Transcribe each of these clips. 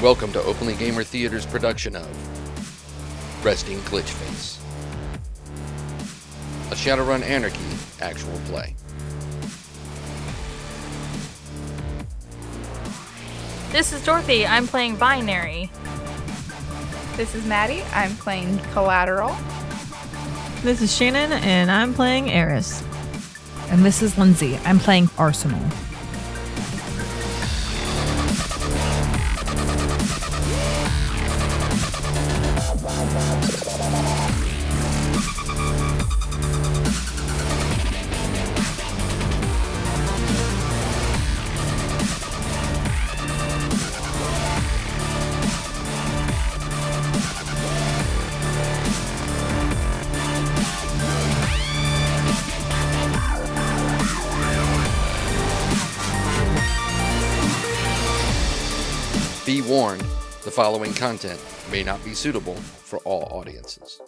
Welcome to Openly Gamer Theater's production of Resting Glitchface, a Shadowrun Anarchy actual play. This is Dorothy. I'm playing Binary. This is Maddie. I'm playing Collateral. This is Shannon, and I'm playing Eris. And this is Lindsay. I'm playing Arsenal. Be warned, the following content may not be suitable for all audiences.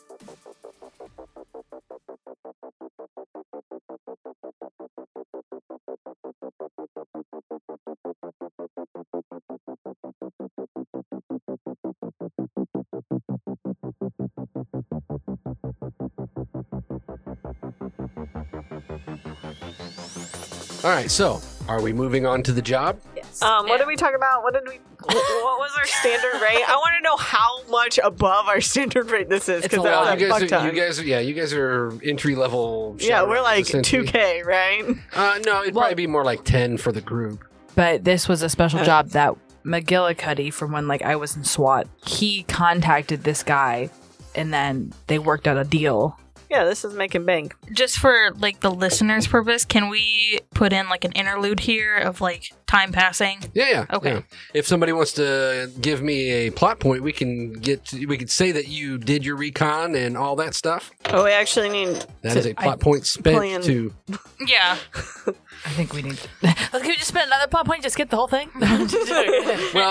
All right, so are we moving on to the job? Yes. Um, what did we talk about? What did we? wh- What was our standard rate? I want to know how much above our standard rate this is It's a because lot. that's you a fuck guys, are, ton. you guys, yeah, you guys are entry level. yeah, shoutouts, we're like two essentially. K, right? Uh, no, it'd Well- probably be more like ten for the group. But this was a special Uh. job that McGillicuddy from when like I was in SWAT, he contacted this guy and then they worked out a deal. Yeah, this is making bank. Just for like the listeners' purpose, can we put in like an interlude here of like time passing? Yeah, yeah. Okay. yeah. If somebody wants to give me a plot point, we can get. We could say that you did your recon and all that stuff. Oh, we actually need. That to- is a plot point spent plan- to. Yeah. I think we need Can we just spend another plot point, just get the whole thing? Well,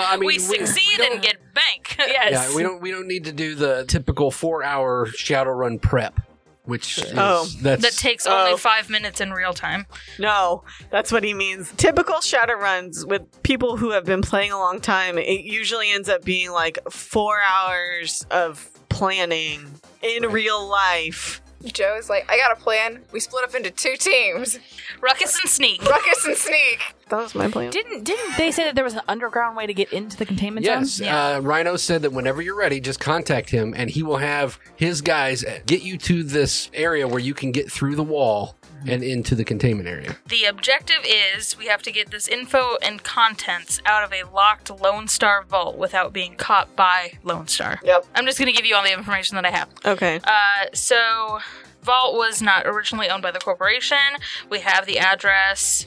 I mean, we succeed don't- and get bank. yes. Yeah, we don't. We don't need to do the typical four-hour Shadowrun prep, which is, Oh. that's That takes Oh. only five minutes in real time. No, that's what he means. Typical shadow runs with people who have been playing a long time. It usually ends up being like four hours of planning in real life. Joe's like, I got a plan. We split up into two teams Ruckus and sneak. Ruckus and Sneak. That was my plan. Didn't didn't they say that there was an underground way to get into the containment Yes, zone? Yeah. uh, Rhino said that whenever you're ready, just contact him, and he will have his guys get you to this area where you can get through the wall and into the containment area. The objective is we have to get this info and contents out of a locked Lone Star vault without being caught by Lone Star. Yep. I'm just going to give you all the information that I have. Okay. Uh, so, Vault was not originally owned by the corporation. We have the address,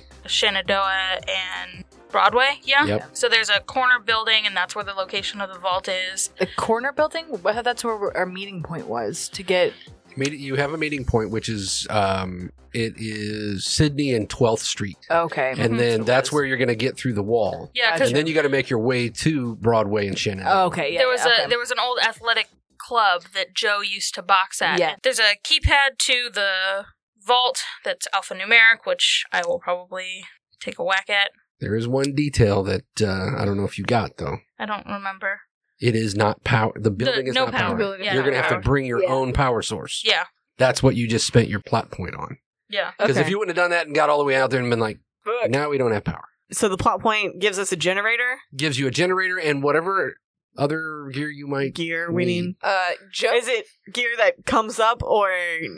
Shenandoah and Broadway. Yeah. Yep. So there's a corner building, and that's where the location of the vault is. The corner building? Well, that's where our meeting point was to get Meet- You have a meeting point, which is um, it is Sydney and 12th Street, Okay. and then it that's was. where you're going to get through the wall, Yeah, because and then you got to make your way to Broadway and Shannon. okay, yeah. there was okay. a there was an old athletic club that Joe used to box at. Yeah. There's a keypad to the vault that's alphanumeric, which I will probably take a whack at. There is one detail that uh, I don't know if you got though. I don't remember. It is not power. The building is no not power. powered. Building is Yeah, You're no going to have to power. bring your Yeah. own power source. Yeah. That's what you just spent your plot point on. Yeah. Because if Okay. you wouldn't have done that and got all the way out there and been like, Fuck. now we don't have power, So the plot point gives us a generator gives you a generator and whatever other gear you might. gear. We Neat. need. Uh, Joe. Is it gear that comes up, or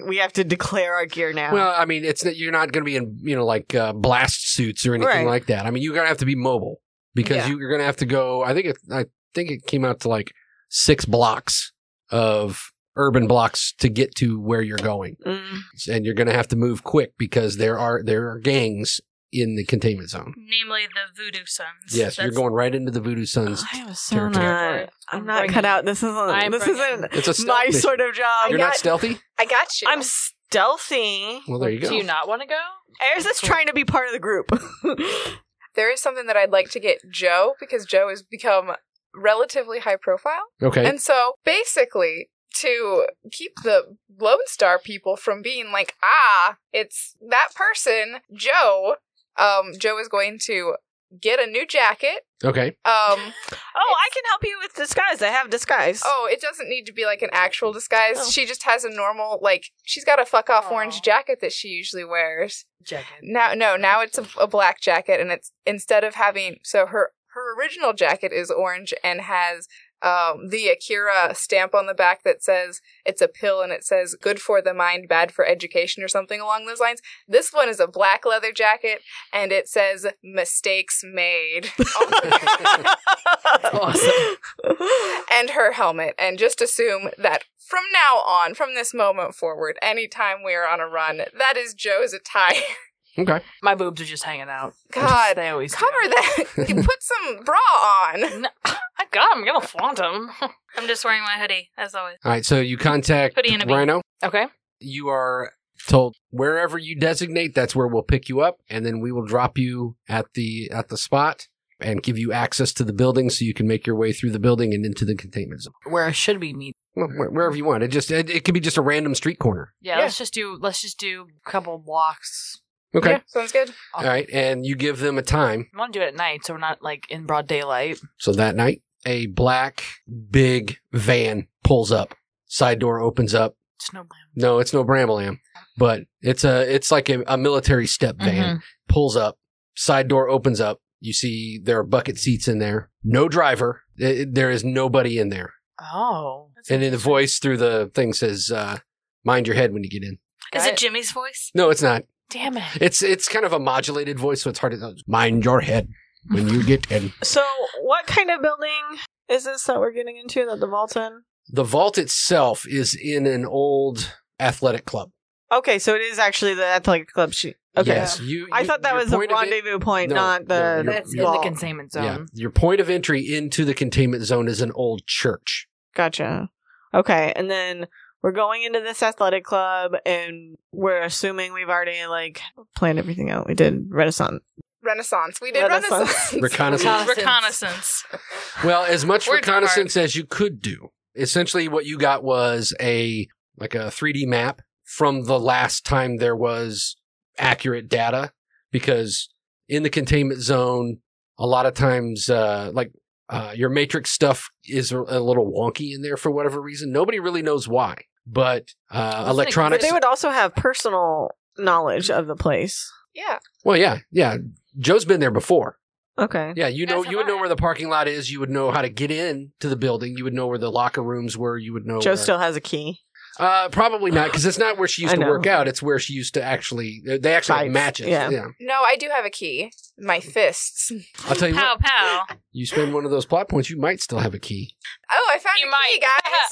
we have to declare our gear now? Well, I mean, it's not, you're not going to be in you know like uh, blast suits or anything Right. like that. I mean, you're going to have to be mobile because Yeah. you, you're going to have to go. I think it, I think it came out to like six blocks of urban blocks to get to where you're going, Mm. and you're going to have to move quick because there are there are gangs in the containment zone. Namely, the Voodoo Sons. Yes, you're That's- going right into the Voodoo Suns. I am so territory. not. I'm not cut out. This isn't. I'm this bringing- isn't It's a stealth my mission. sort of job. You're got- not stealthy. I got you. I'm stealthy. Well, there you go. Do you not want to go? Ares is trying to be part of the group. Oh, There is something that I'd like to get Joe because Joe has become relatively high profile. Okay. And so basically, to keep the Lone Star people from being like, ah, it's that person, Joe, um, Joe is going to get a new jacket. Okay. Um, Oh, I can help you with disguise. I have disguise. oh, it doesn't need to be like an actual disguise. She just has a normal like she's got a fuck off Aw. orange jacket that she usually wears. Jacket. Now, no, now it's a, a black jacket, and it's instead of having so her her original jacket is orange and has um, the Akira stamp on the back that says it's a pill and it says good for the mind, bad for education, or something along those lines. This one is a black leather jacket and it says mistakes made. Awesome. and her helmet and just assume that from now on, from this moment forward, anytime we are on a run, that is Joe's attire. Okay. My boobs are just hanging out. God, they always do. cover that. Put some bra on. No, I got 'em, I'm gonna flaunt them. I'm just wearing my hoodie, as always. All right. So you contact Hoodie and a bee. Rhino. okay. You are told wherever you designate, that's where we'll pick you up, and then we will drop you at the at the spot and give you access to the building so you can make your way through the building and into the containment zone. Where should we meet? Well, where- wherever you want. It just it, it could be just a random street corner. Yeah, let's just do let's just do a couple blocks. Okay. Yeah, sounds good. All right. And you give them a time. I want to do it at night, so we're not like in broad daylight. So that night, a black big van pulls up. Side door opens up. Snowblam. No, it's no Bramblelam, but it's a it's like a, a military step Mm-hmm. van. Pulls up. Side door opens up. You see there are bucket seats in there. No driver. It- it- there is nobody in there. Oh, And then the voice through the thing says, uh, "Mind your head when you get in." Is Got it Jimmy's voice? No, it's not. damn it! It's it's kind of a modulated voice, so it's hard to mind your head when you get in. So, what kind of building is this that we're getting into that the vault's in? The vault itself is in an old athletic club. Okay, so it is actually the athletic club sheet. Okay. Yes, you. I you- thought that your was the point of it- rendezvous point, no, no, not the. you're- That's in you're- the vault. containment zone. Yeah, your point of entry into the containment zone is an old church. Gotcha. Okay, and then we're going into this athletic club, and we're assuming we've already like planned everything out. We did Renaissance. Renaissance. We did Renaissance. Renaissance. Reconnaissance. Reconnaissance. Well, as much Words are hard. reconnaissance as you could do. Essentially, what you got was a like a 3D map from the last time there was accurate data, because in the containment zone, a lot of times, uh, like uh, your matrix stuff is a a little wonky in there for whatever reason. Nobody really knows why, but uh, like- But electronics. they would also have personal knowledge of the place. yeah. well, yeah, yeah. Joe's been there before. Okay. Yeah, you know, That's a you would know lot. where the parking lot is. You would know how to get in to the building. You would know where the locker rooms were. You would know. Joe where- still has a key. Uh, probably not because it's not where she used I to know. work out. It's where she used to actually. They actually have Fights, matches. Yeah. yeah. No, I do have a key. My fists. I'll tell you Pow what. pow. You spend one of those plot points, you might still have a key. Oh, I found You a might. key, guys.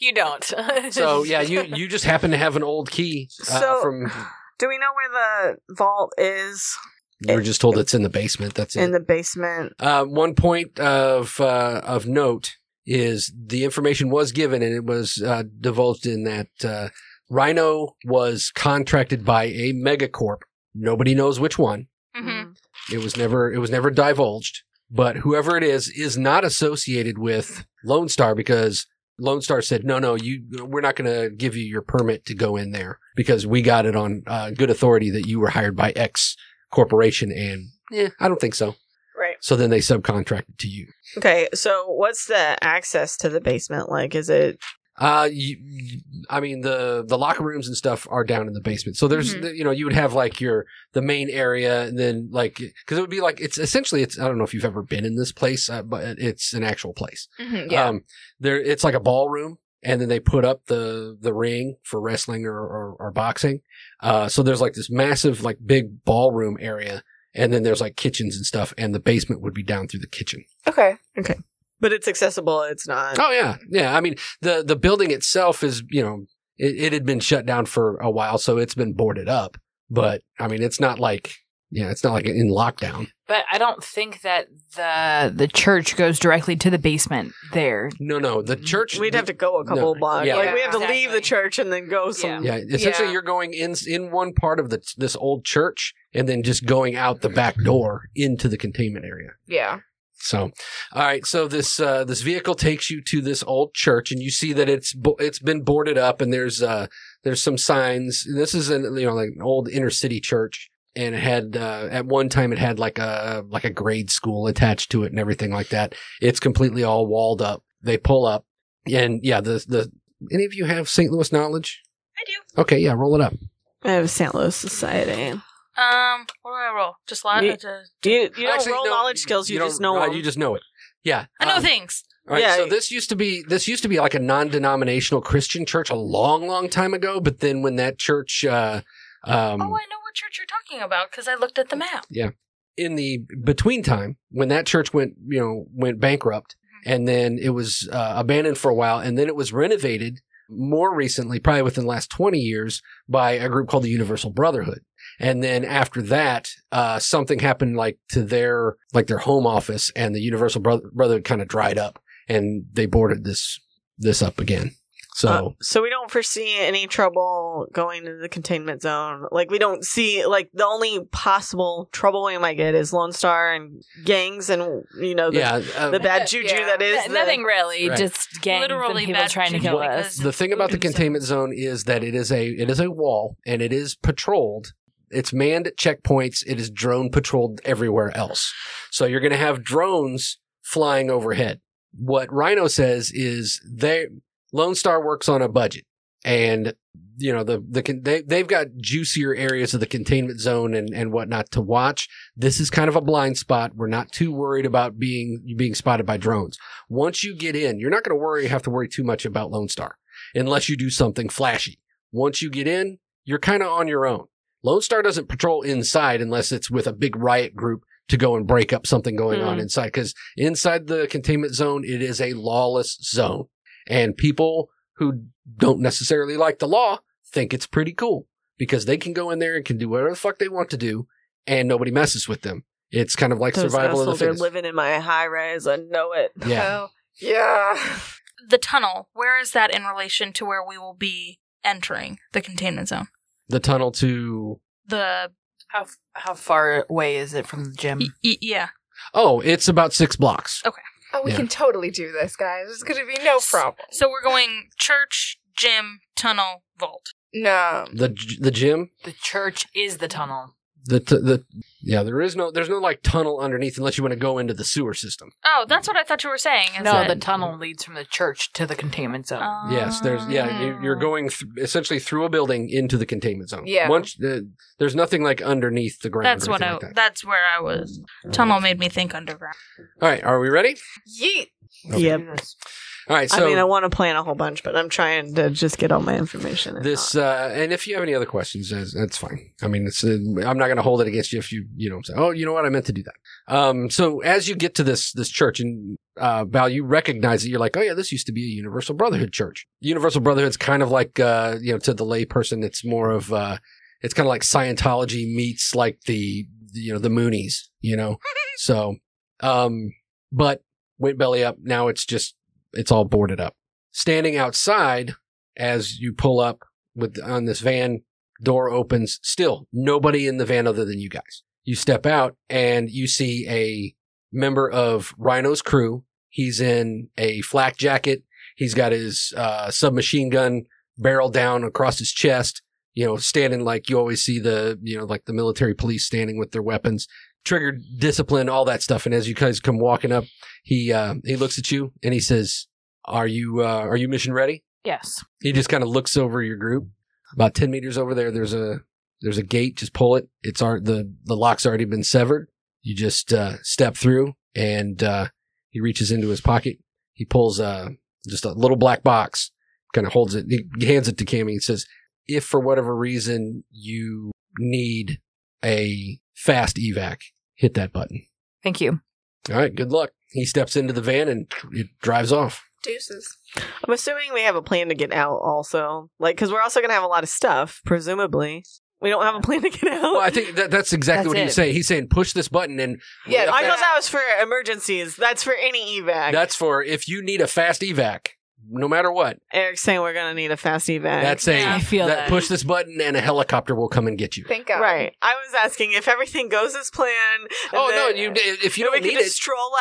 you don't. So yeah, you you just happen to have an old key uh, So- from. Do we know where the vault is You were just told it's in the basement. That's it. in the basement? Uh, one point of uh, of note is the information was given and it was uh, divulged in that uh, Rhino was contracted by a megacorp. Nobody knows which one. Mm-hmm. hmm It was never it was never divulged. But whoever it is is not associated with Lone Star because Lone Star said, "No, no, you we're not going to give you your permit to go in there because we got it on uh, good authority that you were hired by X corporation." And yeah, I don't think so. Right. So then they subcontracted to you. Okay. So, what's the access to the basement like? Is it Uh, you, you- I mean the the locker rooms and stuff are down in the basement. So there's you know you would have like your the main area and then like because it would be like it's essentially it's I don't know if you've ever been in this place, uh, but it's an actual place. Mhm, yeah. Um, there it's like a ballroom, and then they put up the the ring for wrestling or or, or boxing. Uh, so there's like this massive like big ballroom area, and then there's like kitchens and stuff, and the basement would be down through the kitchen. okay. But it's accessible. It's not. Oh yeah, yeah. I mean the the building itself is you know it, it had been shut down for a while, so it's been boarded up. But I mean, it's not like yeah, it's not like in lockdown. but I don't think that the the church goes directly to the basement there. No, no. The church Mm-hmm. We'd have to go a couple Oh, No, blocks. yeah. Like we have to Exactly. leave the church and then go some. Yeah, essentially, Yeah. you're going in in one part of the this old church, and then just going out the back door into the containment area. Yeah. So, all right. So this uh, this vehicle takes you to this old church, and you see that it's bo- it's been boarded up, and there's uh, there's some signs. This is an you know like an old inner city church, and it had uh, at one time it had like a like a grade school attached to it and everything like that. It's completely all walled up. They pull up, and yeah, the the any of you have St. Louis knowledge? I do. Okay, yeah, roll it up. I have St. Louis Society. Um, what do I roll? Just lot. You- uh, just- Do you, you don't Actually, roll no, knowledge skills, you, just don't- know uh, 'em. You just know it. Yeah, Uh, I know um, things. All right, Yeah. so this used to be this used to be like a non-denominational Christian church a long, long time ago. But then when that church, uh, um, oh, I know what church you're talking about because I looked at the map. in the between time, when that church went, you know, went bankrupt, and then it was uh, abandoned for a while, and then it was renovated more recently, probably within the last twenty years, by a group called the Universal Brotherhood. And then after that, uh, something happened like to their like their home office, and the Universal Brother- Brotherhood kind of dried up, and they boarded this this up again. So. Uh, so we don't foresee any trouble going into the containment zone. Like we don't see like the only possible trouble we might get is Lone Star and gangs and you know the, yeah, uh, the bad juju Yeah. that is N- the- nothing really, Right. just gangs Literally and people bad trying to kill people because- us. the thing about the Food and containment zone is that it is a it is a wall and it is patrolled. It's manned at checkpoints. It is drone patrolled everywhere else. So you're going to have drones flying overhead. What Rhino says is they Lone Star works on a budget, and you know the the con- they they've got juicier areas of the containment zone and and whatnot to watch. This is kind of a blind spot. We're not too worried about being being spotted by drones. Once you get in, you're not going to worry have to worry too much about Lone Star unless you do something flashy. Once you get in, you're kind of on your own. Lone Star doesn't patrol inside unless it's with a big riot group to go and break up something going on inside. Because inside the containment zone, it is a lawless zone. And people who don't necessarily like the law think it's pretty cool because they can go in there and can do whatever the fuck they want to do and nobody messes with them. It's kind of like Those survival of the assholes are fittest. living in my high rise. I know it. yeah. Hell Oh. yeah. The tunnel. Where is that in relation to where we will be entering the containment zone? The tunnel to The How how far away is it from the gym? y- y- yeah. Oh, it's about six blocks. Oh, we Yeah. can totally do this, guys. It's gonna be no problem. So we're going church, gym, tunnel, vault. No. The g- the gym the church is the tunnel. the t- the yeah there is no there's no like tunnel underneath unless you want to go into the sewer system Oh, that's what I thought you were saying. Is No, that- the tunnel leads from the church to the containment zone. yes there's yeah you, you're Oh. going th- essentially through a building into the containment zone Yeah. once uh, there's nothing like underneath the ground That's or what I. anything like that. That's where I was. Tunnel made me think underground. all right are we ready Yeet. Yep. all right so I mean, I want to plan a whole bunch, but I'm trying to just get all my information. and this uh and if you have any other questions that's, that's fine i mean it's uh, i'm not going to hold it against you if you you know what I'm saying, oh you know what i meant to do that um so as you get to this this church and uh val you recognize it you're like oh yeah this used to be a universal brotherhood church universal brotherhood's kind of like uh you know to the layperson it's more of uh it's kind of like scientology meets like the you know the moonies you know so um but went belly up now it's just it's all boarded up standing outside as you pull up with on this van door opens still nobody in the van other than you guys you step out and you see a member of rhino's crew he's in a flak jacket he's got his uh, submachine gun barrel down across his chest you know standing like you always see the you know like the military police standing with their weapons triggered discipline all that stuff and as you guys come walking up he uh, he looks at you and he says are you uh, are you mission ready Yes. he just kind of looks over your group. About ten meters over there, there's a there's a gate. Just pull it. It's our the the lock's already been severed. You just uh, step through, and uh, he reaches into his pocket. He pulls uh, just a little black box. Kind of holds it. He hands it to Cammy and says, "If for whatever reason you need a fast evac, hit that button." Thank you. All right. Good luck. He steps into the van and it drives off. Deuces. I'm assuming we have a plan to get out also. Like, because we're also going to have a lot of stuff, presumably. We don't have a plan to get out. Well, I think that, that's exactly That's what he's it. saying. He's saying push this button and Yeah, I that's- thought that was for emergencies. That's for any evac. That's for if you need a fast evac, no matter what. Eric's saying we're gonna need a fast evac. That's a Yeah. I feel that, that. push this button and a helicopter will come and get you. Thank God. right. I was asking if everything goes as planned. and Oh no, then- you if you then don't we need can it, just stroll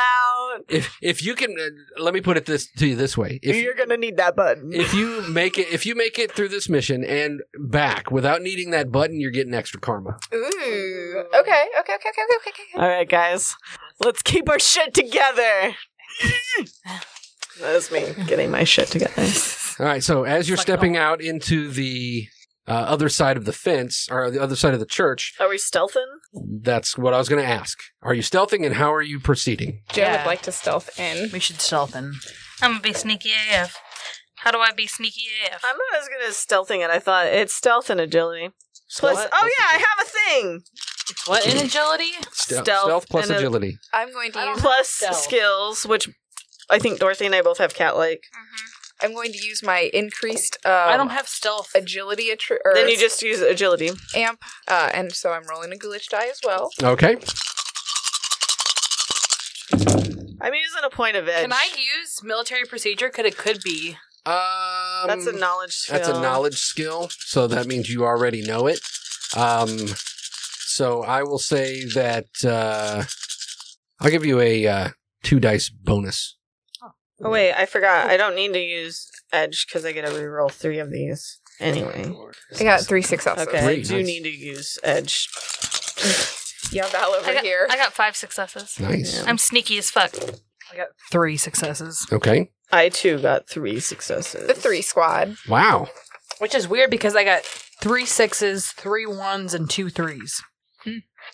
out. if if you can uh, let me put it this to you this way. If You're gonna need that button. if you make it if you make it through this mission and back without needing that button, you're getting extra karma. Ooh. Okay. Okay. Okay. Okay. Okay. Okay. okay. All right, guys, let's keep our shit together. that was me getting my shit together. All right, so as you're stepping out into the uh, other side of the fence or the other side of the church, Are we stealthing? that's what I was going to ask. Are you stealthing and how are you proceeding? Jen Yeah. would like to stealth in. We should stealth in. I'm gonna be sneaky AF. How do I be sneaky AF? I'm not as good as stealthing it. I thought it's stealth and agility. Plus, Stealth- oh yeah, I have a thing. What in agility? Stealth, stealth stealth plus and a- agility. I'm going to use, Plus stealth. skills, which I think Dorothy and I both have cat like. I'm going to use my increased um, I don't have stealth. agility attri- or Then you just use agility. amp, uh, and so I'm rolling a glitch die as well. Okay. I'm using a point of edge. Can I use military procedure? Could it could be? Um, That's a knowledge. Skill. That's a knowledge skill, so that means you already know it. Um, so I will say that uh, I'll give you a uh, two dice bonus. Oh wait, I forgot. I don't need to use edge because I get to reroll three of these anyway. I got three successes. Okay, Three, I do nice. need to use edge. Yeah, Val over I got, here. I got five successes. Nice. Yeah. I'm sneaky as fuck. I got three successes, Okay. I too got three successes. the three squad. Wow. which is weird because I got three sixes, three ones, and two threes.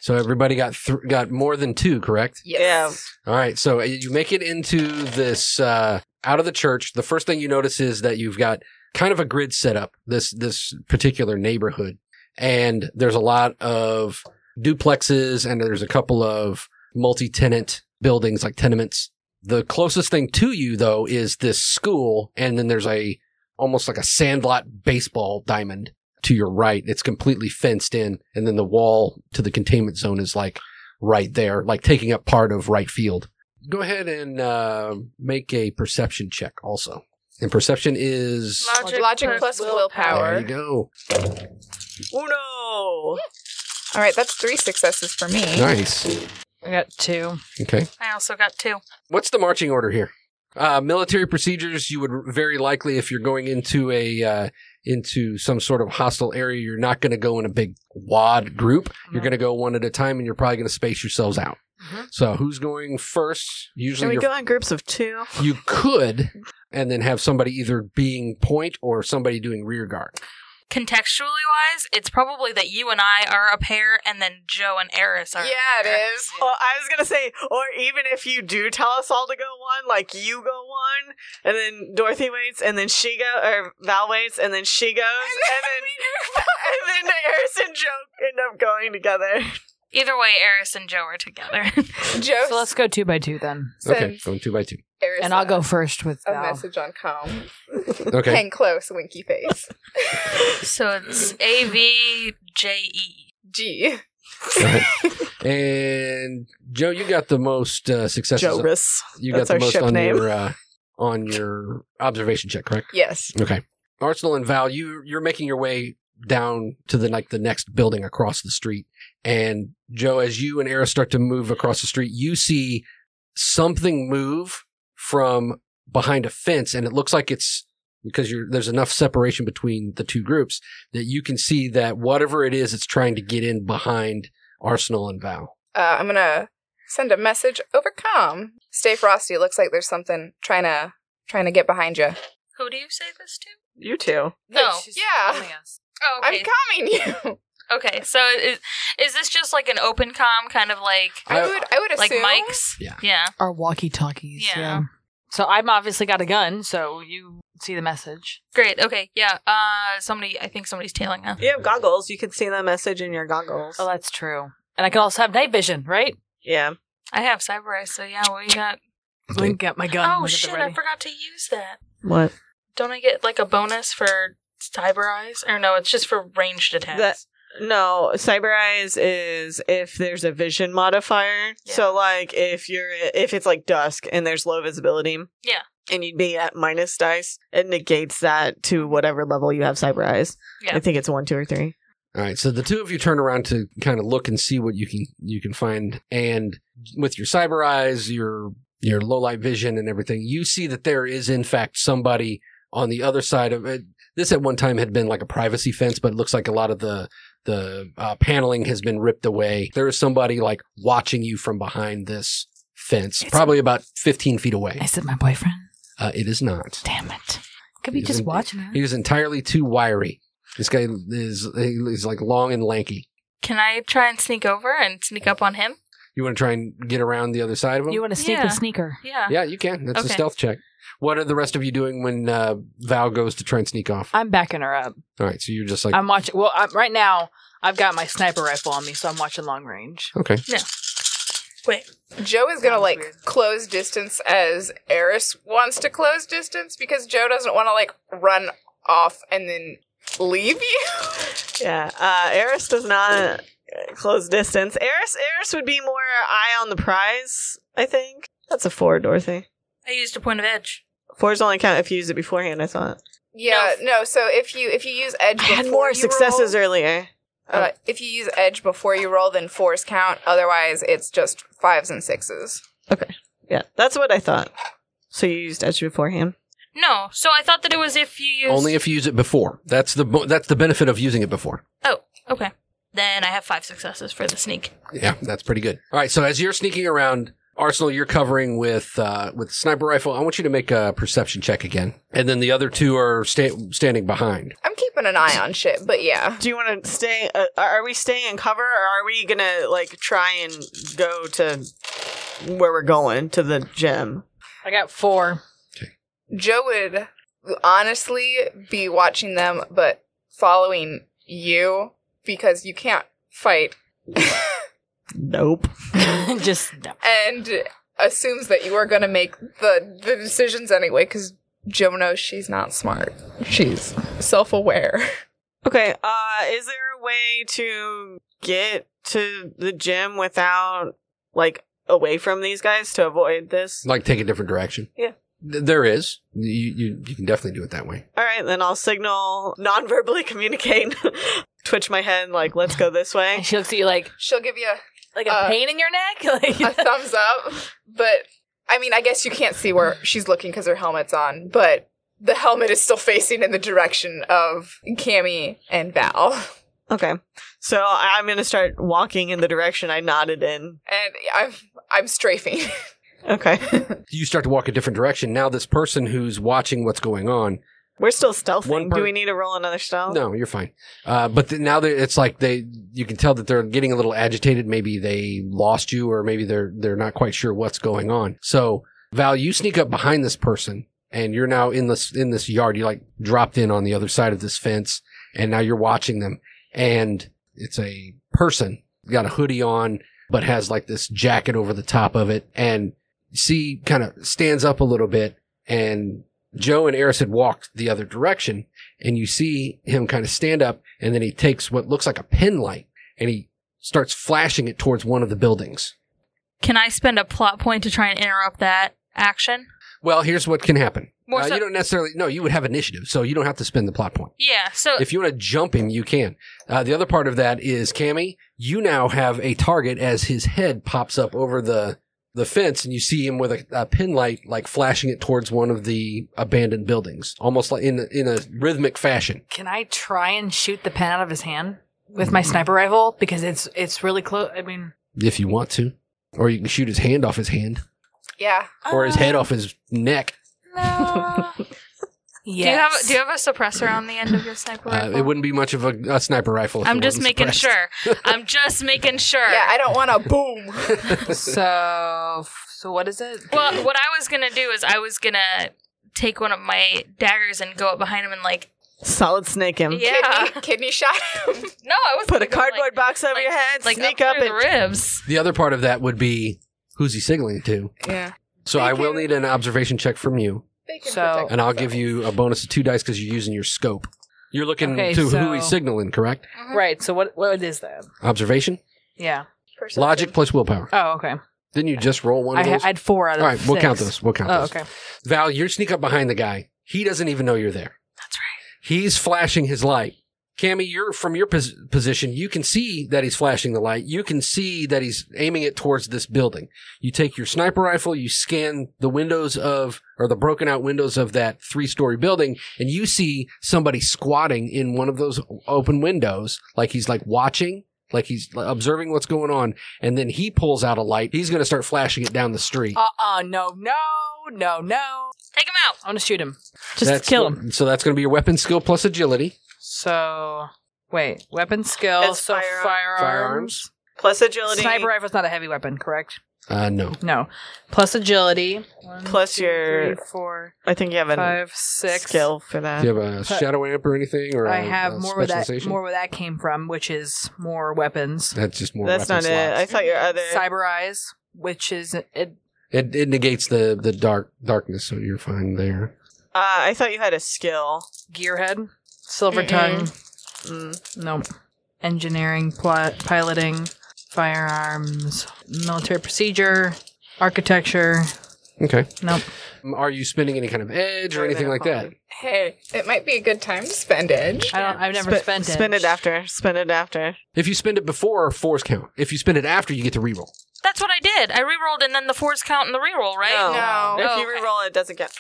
So everybody got th- got more than two, correct? Yes. All right. So uh, you make it into this uh, out of the church. The first thing you notice is that you've got kind of a grid set up this this particular neighborhood, and there's a lot of duplexes and there's a couple of multi tenant buildings like tenements. The closest thing to you though is this school, and then there's a almost like a sandlot baseball diamond to your right. It's completely fenced in, and then the wall to the containment zone is like right there, like taking up part of right field. Go ahead and uh, make a perception check also. And perception is. Logic, plus, There willpower. you go. Uno. All right, that's three successes for me. Nice. I got two. Okay. I also got two. What's the marching order here? Uh, military procedures. You would very likely, if you're going into a uh, into some sort of hostile area, you're not going to go in a big wad group. You're Mm-hmm. going to go one at a time, and you're probably going to space yourselves out. Mhm. So, who's going first? Can Usually, Mm-hmm. we you're go in groups of two? You could, and then have somebody either being point or somebody doing rear guard. Contextually wise, it's probably that you and I are a pair, and then Joe and Eris are. Yeah, it is. Well, I was gonna say, or even if you do tell us all to go one, like you go one, and then Dorothy waits, and then she go, or Val waits, and then she goes, and then and then Eris and Joe end up going together. Either way, Eris and Joe are together. Joe So let's go two by two then, Okay, sends going two by two. Eris and I'll a- go first with A Val. message on com. Okay, Hang close, winky face. so it's A V J E. G. and Joe, you got the most uh, successes. Joris. you got That's the our most ship on name. your uh, on your observation check, correct? Yes. Okay. Arsenal and Val, you you're making your way down to the like the next building across the street. And Joe, as you and Era start to move across the street, you see something move from behind a fence, and it looks like it's because you're there's enough separation between the two groups that you can see that whatever it is, it's trying to get in behind Arsenal and Val. Uh, I'm gonna send a message over com. Stay frosty. It looks like there's something trying to trying to get behind you. Who do you say this to? You too. No. She's Yeah. telling us. Oh, I'm okay. calming you. okay. So is, is this just like an open com kind of like I, I- would I would like assume mics? Yeah. Yeah. Our walkie talkies. Yeah. So I'm obviously got a gun, so you see the message. Great. Okay. Yeah. Uh, somebody. I think somebody's tailing us. You have goggles. You can see the message in your goggles. Oh, that's true. And I can also have night vision, right? yeah. I have cyber eyes, so yeah. We got. I can get my gun. oh was at the shit! I ready. forgot to use that. What? Don't I get like a bonus for cyber eyes? Or no, it's just for ranged attacks. That- No, cyber eyes is if there's a vision modifier. Yeah. So like if you're if it's like dusk and there's low visibility. Yeah. and you'd be at minus dice. It negates that to whatever level you have cyber eyes. Yeah. I think it's one, two, or three. All right, so the two of you turn around to kind of look and see what you can you can find, and with your cyber eyes, your your low light vision, and everything, you see that there is in fact somebody on the other side of it. This at one time had been like a privacy fence, but it looks like a lot of the the uh, paneling has been ripped away. There is somebody like watching you from behind this fence, It's- probably about fifteen feet away. Is it my boyfriend? Uh, it is not. Damn it. Could be He's just in- watching her. He was entirely too wiry. This guy is he's like long and lanky. Can I try and sneak over and sneak up on him? You want to try and get around the other side of him? You want to sneak Yeah. the sneaker. Yeah. yeah, you can. That's a Okay. stealth check. What are the rest of you doing when uh, Val goes to try and sneak off? I'm backing her up. All right, so you're just like, I'm watching. Well, I'm, right now I've got my sniper rifle on me, so I'm watching long range. okay. Joe is gonna Sounds like weird. close distance as Eris wants to close distance because Joe doesn't want to like run off and then leave you. Yeah. Uh, Eris does not uh, close distance. Eris, Eris would be more eye on the prize, I think. That's a four, Dorothy. I used a point of edge. Fours only count if you use it beforehand, I thought. Yeah, no. So if you if you use edge, I had before more you successes roll, earlier. uh, if you use edge before you roll, then fours count. Otherwise, it's just fives and sixes. Yeah, that's what I thought. So you used edge beforehand. No, so I thought that it was if you used. Only if you use it before. That's the bo- that's the benefit of using it before. Oh, okay. Then I have five successes for the sneak. Yeah, that's pretty good. All right, so as you're sneaking around, Arsenal, you're covering with uh, with sniper rifle. I want you to make a perception check again, and then the other two are sta- standing behind. I'm keeping an eye on shit, but yeah, Do you want to stay? Uh, are we staying in cover, or are we gonna like try and go to where we're going to the gym? I got four. Joe would honestly be watching them, but following you because you can't fight Nope. just no. and assumes that you are going to make the, the decisions anyway because Joe knows she's not smart. She's self aware. Okay. Uh, is there a way to get to the gym without like away from these guys to avoid this? Like take a different direction. Yeah. Th- there is. You, you you can definitely do it that way. All right, then I'll signal, non-verbally communicate, twitch my head, like let's go this way. And she looks at you like She'll give you like a Uh, pain in your neck. a Like thumbs up, but I mean, I guess you can't see where she's looking because her helmet's on, but the helmet is still facing in the direction of Cammy and Val. Okay. So I'm gonna start walking in the direction I nodded in. And I'm I'm strafing. Okay. You start to walk a different direction. Now this person who's watching what's going on. We're still stealthing. One per- Do we need to roll another stealth? No, you're fine. Uh, but th- now they- it's like they you can tell that they're getting a little agitated. Maybe they lost you, or maybe they're they're not quite sure what's going on. So Val, you sneak up behind this person, and you're now in this in this yard. You like dropped in on the other side of this fence, and now you're watching them. And it's a person got a hoodie on, but has like this jacket over the top of it, and see kind of stands up a little bit. And Joe and Eris had walked the other direction, and you see him kind of stand up and then he takes what looks like a pin light and he starts flashing it towards one of the buildings. Can I spend a plot point to try and interrupt that action? Well, here's what can happen. More Uh, so- you don't necessarily no, you would have initiative, so you don't have to spend the plot point. Yeah, so If you want to jump him, you can. Uh, the other part of that is Cammy, you now have a target as his head pops up over the the fence and you see him with a, a pin light like flashing it towards one of the abandoned buildings, almost like in a- in a rhythmic fashion. Can I try and shoot the pen out of his hand with my sniper rifle because it's it's really close? I mean, If you want to. Or you can shoot his hand off his hand. yeah. or his head off his neck. No. yes. do you have do you have a suppressor on the end of your sniper Uh, rifle? it wouldn't be much of a, a sniper rifle. if I'm it just wasn't making suppressed. sure. I'm just making sure. Yeah, I don't want to boom. so so what is it? well, what I was gonna do is I was gonna take one of my daggers and go up behind him and like, Solid snake him. yeah, Kidney, kidney shot him. no, I was Put a gonna go, like- cardboard box over like- your head, like, sneak up, through and the ribs. The other part of that would be who's he signaling to. Yeah. So I will need an observation check from you, They can So- protect and I'll themselves. give you a bonus of two dice because you're using your scope. You're looking Okay, to who so- he's signaling, correct? Mhm. Right. So what what is that? Observation, Yeah. Perception. logic plus willpower. Oh, okay. Didn't you just roll one I of ha- those? had four out of All right, we'll six. count those. We'll count Oh, those. okay. Val, you sneak up behind the guy. He doesn't even know you're there. That's right. He's flashing his light. Cammy, you're from your pos- position. You can see that he's flashing the light. You can see that he's aiming it towards this building. You take your sniper rifle, you scan the windows of, or the broken out windows of that three story building, and you see somebody squatting in one of those open windows, like he's like watching, like he's observing what's going on. And then he pulls out a light. He's going to start flashing it down the street. Uh uh no, no, no, no. Take him out. I want to shoot him. Just That's kill go- him. So that's going to be your weapon skill plus agility. So, wait, weapon skill, It's so firearm- firearms. Plus agility. Sniper rifle's not a heavy weapon, correct? Uh, no. No. Plus agility. One, Plus your- three, four, I think you have a five, six. skill for that. Do you have a But- shadow amp or anything? Or I a- have a more where that uh, specialization? more where that came from, which is more weapons. That's just more. That's not weapon it. I slots. thought your other. Cyber eyes, which is it, It, it negates the the dark darkness, so you're fine there. uh, I thought you had a skill. gearhead, silver Mm-mm. tongue. Mm. Nope. Engineering, pl- piloting, firearms, military procedure, architecture. Okay. Nope. Um, Are you spending any kind of edge or Or anything that like that? Hey, it might be a good time to spend edge. I don't. I've never Spe- spent it. Spend it after. Spend it after. If you spend it before, fours count. If you spend it after, you get to reroll. That's what I did. I rerolled and then the fours count in the reroll, right? No. No. If Oh, you okay. re-roll, it doesn't count.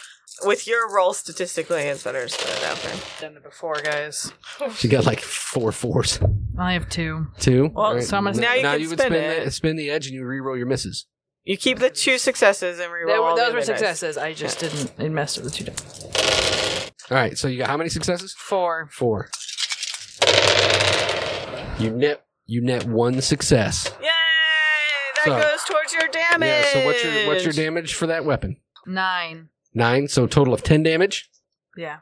With your roll, statistically, it's better to spend it after. I've done it before, guys. She got like four fours. I have two. Two. Well, so I'm gonna- Now you can would spend spend, it. The, spend the edge and you reroll your misses. You keep the two successes and They re-roll. were, all the those were other dice. successes. I just didn't. It messed with the two. dice. All right. So you got how many successes? Four. Four. You net you net one success. Yay! That So- goes towards your damage. Yeah. So what's your what's your damage for that weapon? Nine. Nine. So a total of ten damage. Yeah.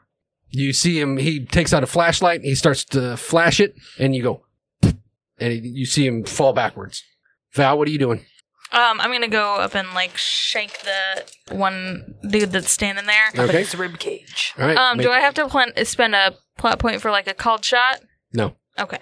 You see him. He takes out a flashlight. And he starts to flash it, and you go, and you see him fall backwards. Val, what are you doing? Um, I'm gonna go up and like shake the one dude that's standing there. But Okay. it's a rib cage. All right. Um, make- do I have to plan- spend a plot point for like a called shot? No. Okay.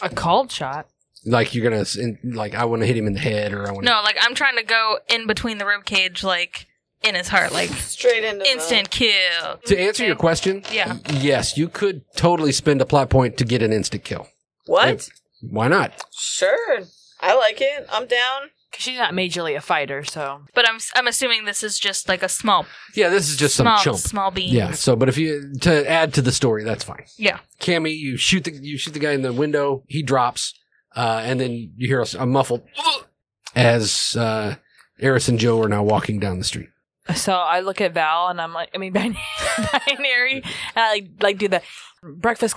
A cold shot. Like you're gonna s- in- like I want to hit him in the head, or I want No, like I'm trying to go in between the rib cage, like in his heart, like Straight into the- instant kill. to answer your question. Yeah. Yes, you could totally spend a plot point to get an instant kill. What? Why not? Sure. I like it. I'm down. Because she's not majorly a fighter, so But I'm I'm assuming this is just like a small, Yeah, this is just some small, chump. small bean. Yeah. So, but if you to add to the story, that's fine. Yeah. Cammy, you shoot the you shoot the guy in the window. He drops, uh, and then you hear a, s- a muffled as uh, Eris and Joe are now walking down the street. so I look at Val and I'm like, I mean, binary, binary and I like, like do the Breakfast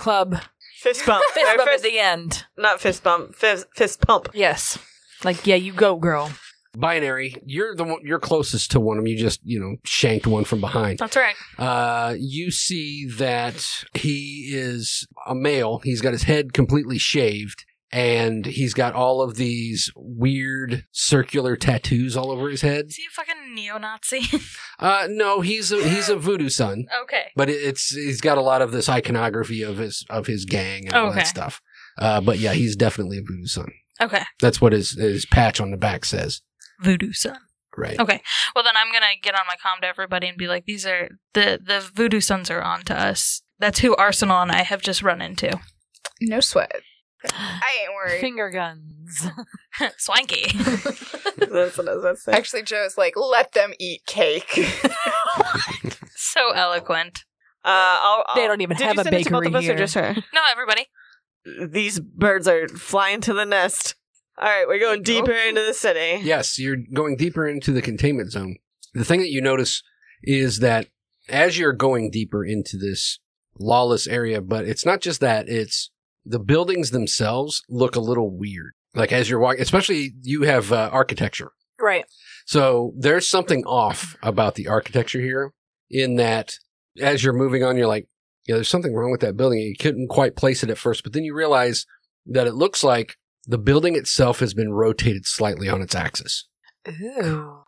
Club Fist bump. fist Or bump at fist- the end. not fist bump. Fist, fist pump. Yes. Like, yeah, you go, girl. Binary, you're the one, you're closest to one of them. You just you know shanked one from behind. That's right. Uh, you see that he is a male. He's got his head completely shaved. And he's got all of these weird circular tattoos all over his head. Is he a fucking neo-Nazi? Uh, no, he's a, he's a voodoo son. okay. but it- it's he's got a lot of this iconography of his of his gang and all Okay. that stuff. Uh, but yeah, he's definitely a voodoo son. Okay. That's what his his patch on the back says. Voodoo son. Right. Okay. Well, then I'm gonna get on my comm to everybody and be like, "These are the the voodoo sons are on to us. That's who Arsenal and I have just run into. No sweat. I ain't worried. Finger guns. Swanky. That's what I was about to say. Actually, Joe's like, let them eat cake. so eloquent. Uh, I'll, I'll, They don't even Did have you a send it to both bakery of us here. Or just her? No, everybody. These birds are flying to the nest. All right, we're going deeper into the city. Yes, you're going deeper into the containment zone. The thing that you notice is that as you're going deeper into this lawless area, but it's not just that, it's the buildings themselves look a little weird. Like as you're walking, especially you have uh, architecture. Right. So there's something off about the architecture here in that as you're moving on, you're like, yeah, there's something wrong with that building. You couldn't quite place it at first, but then you realize that it looks like the building itself has been rotated slightly on its axis. Ooh.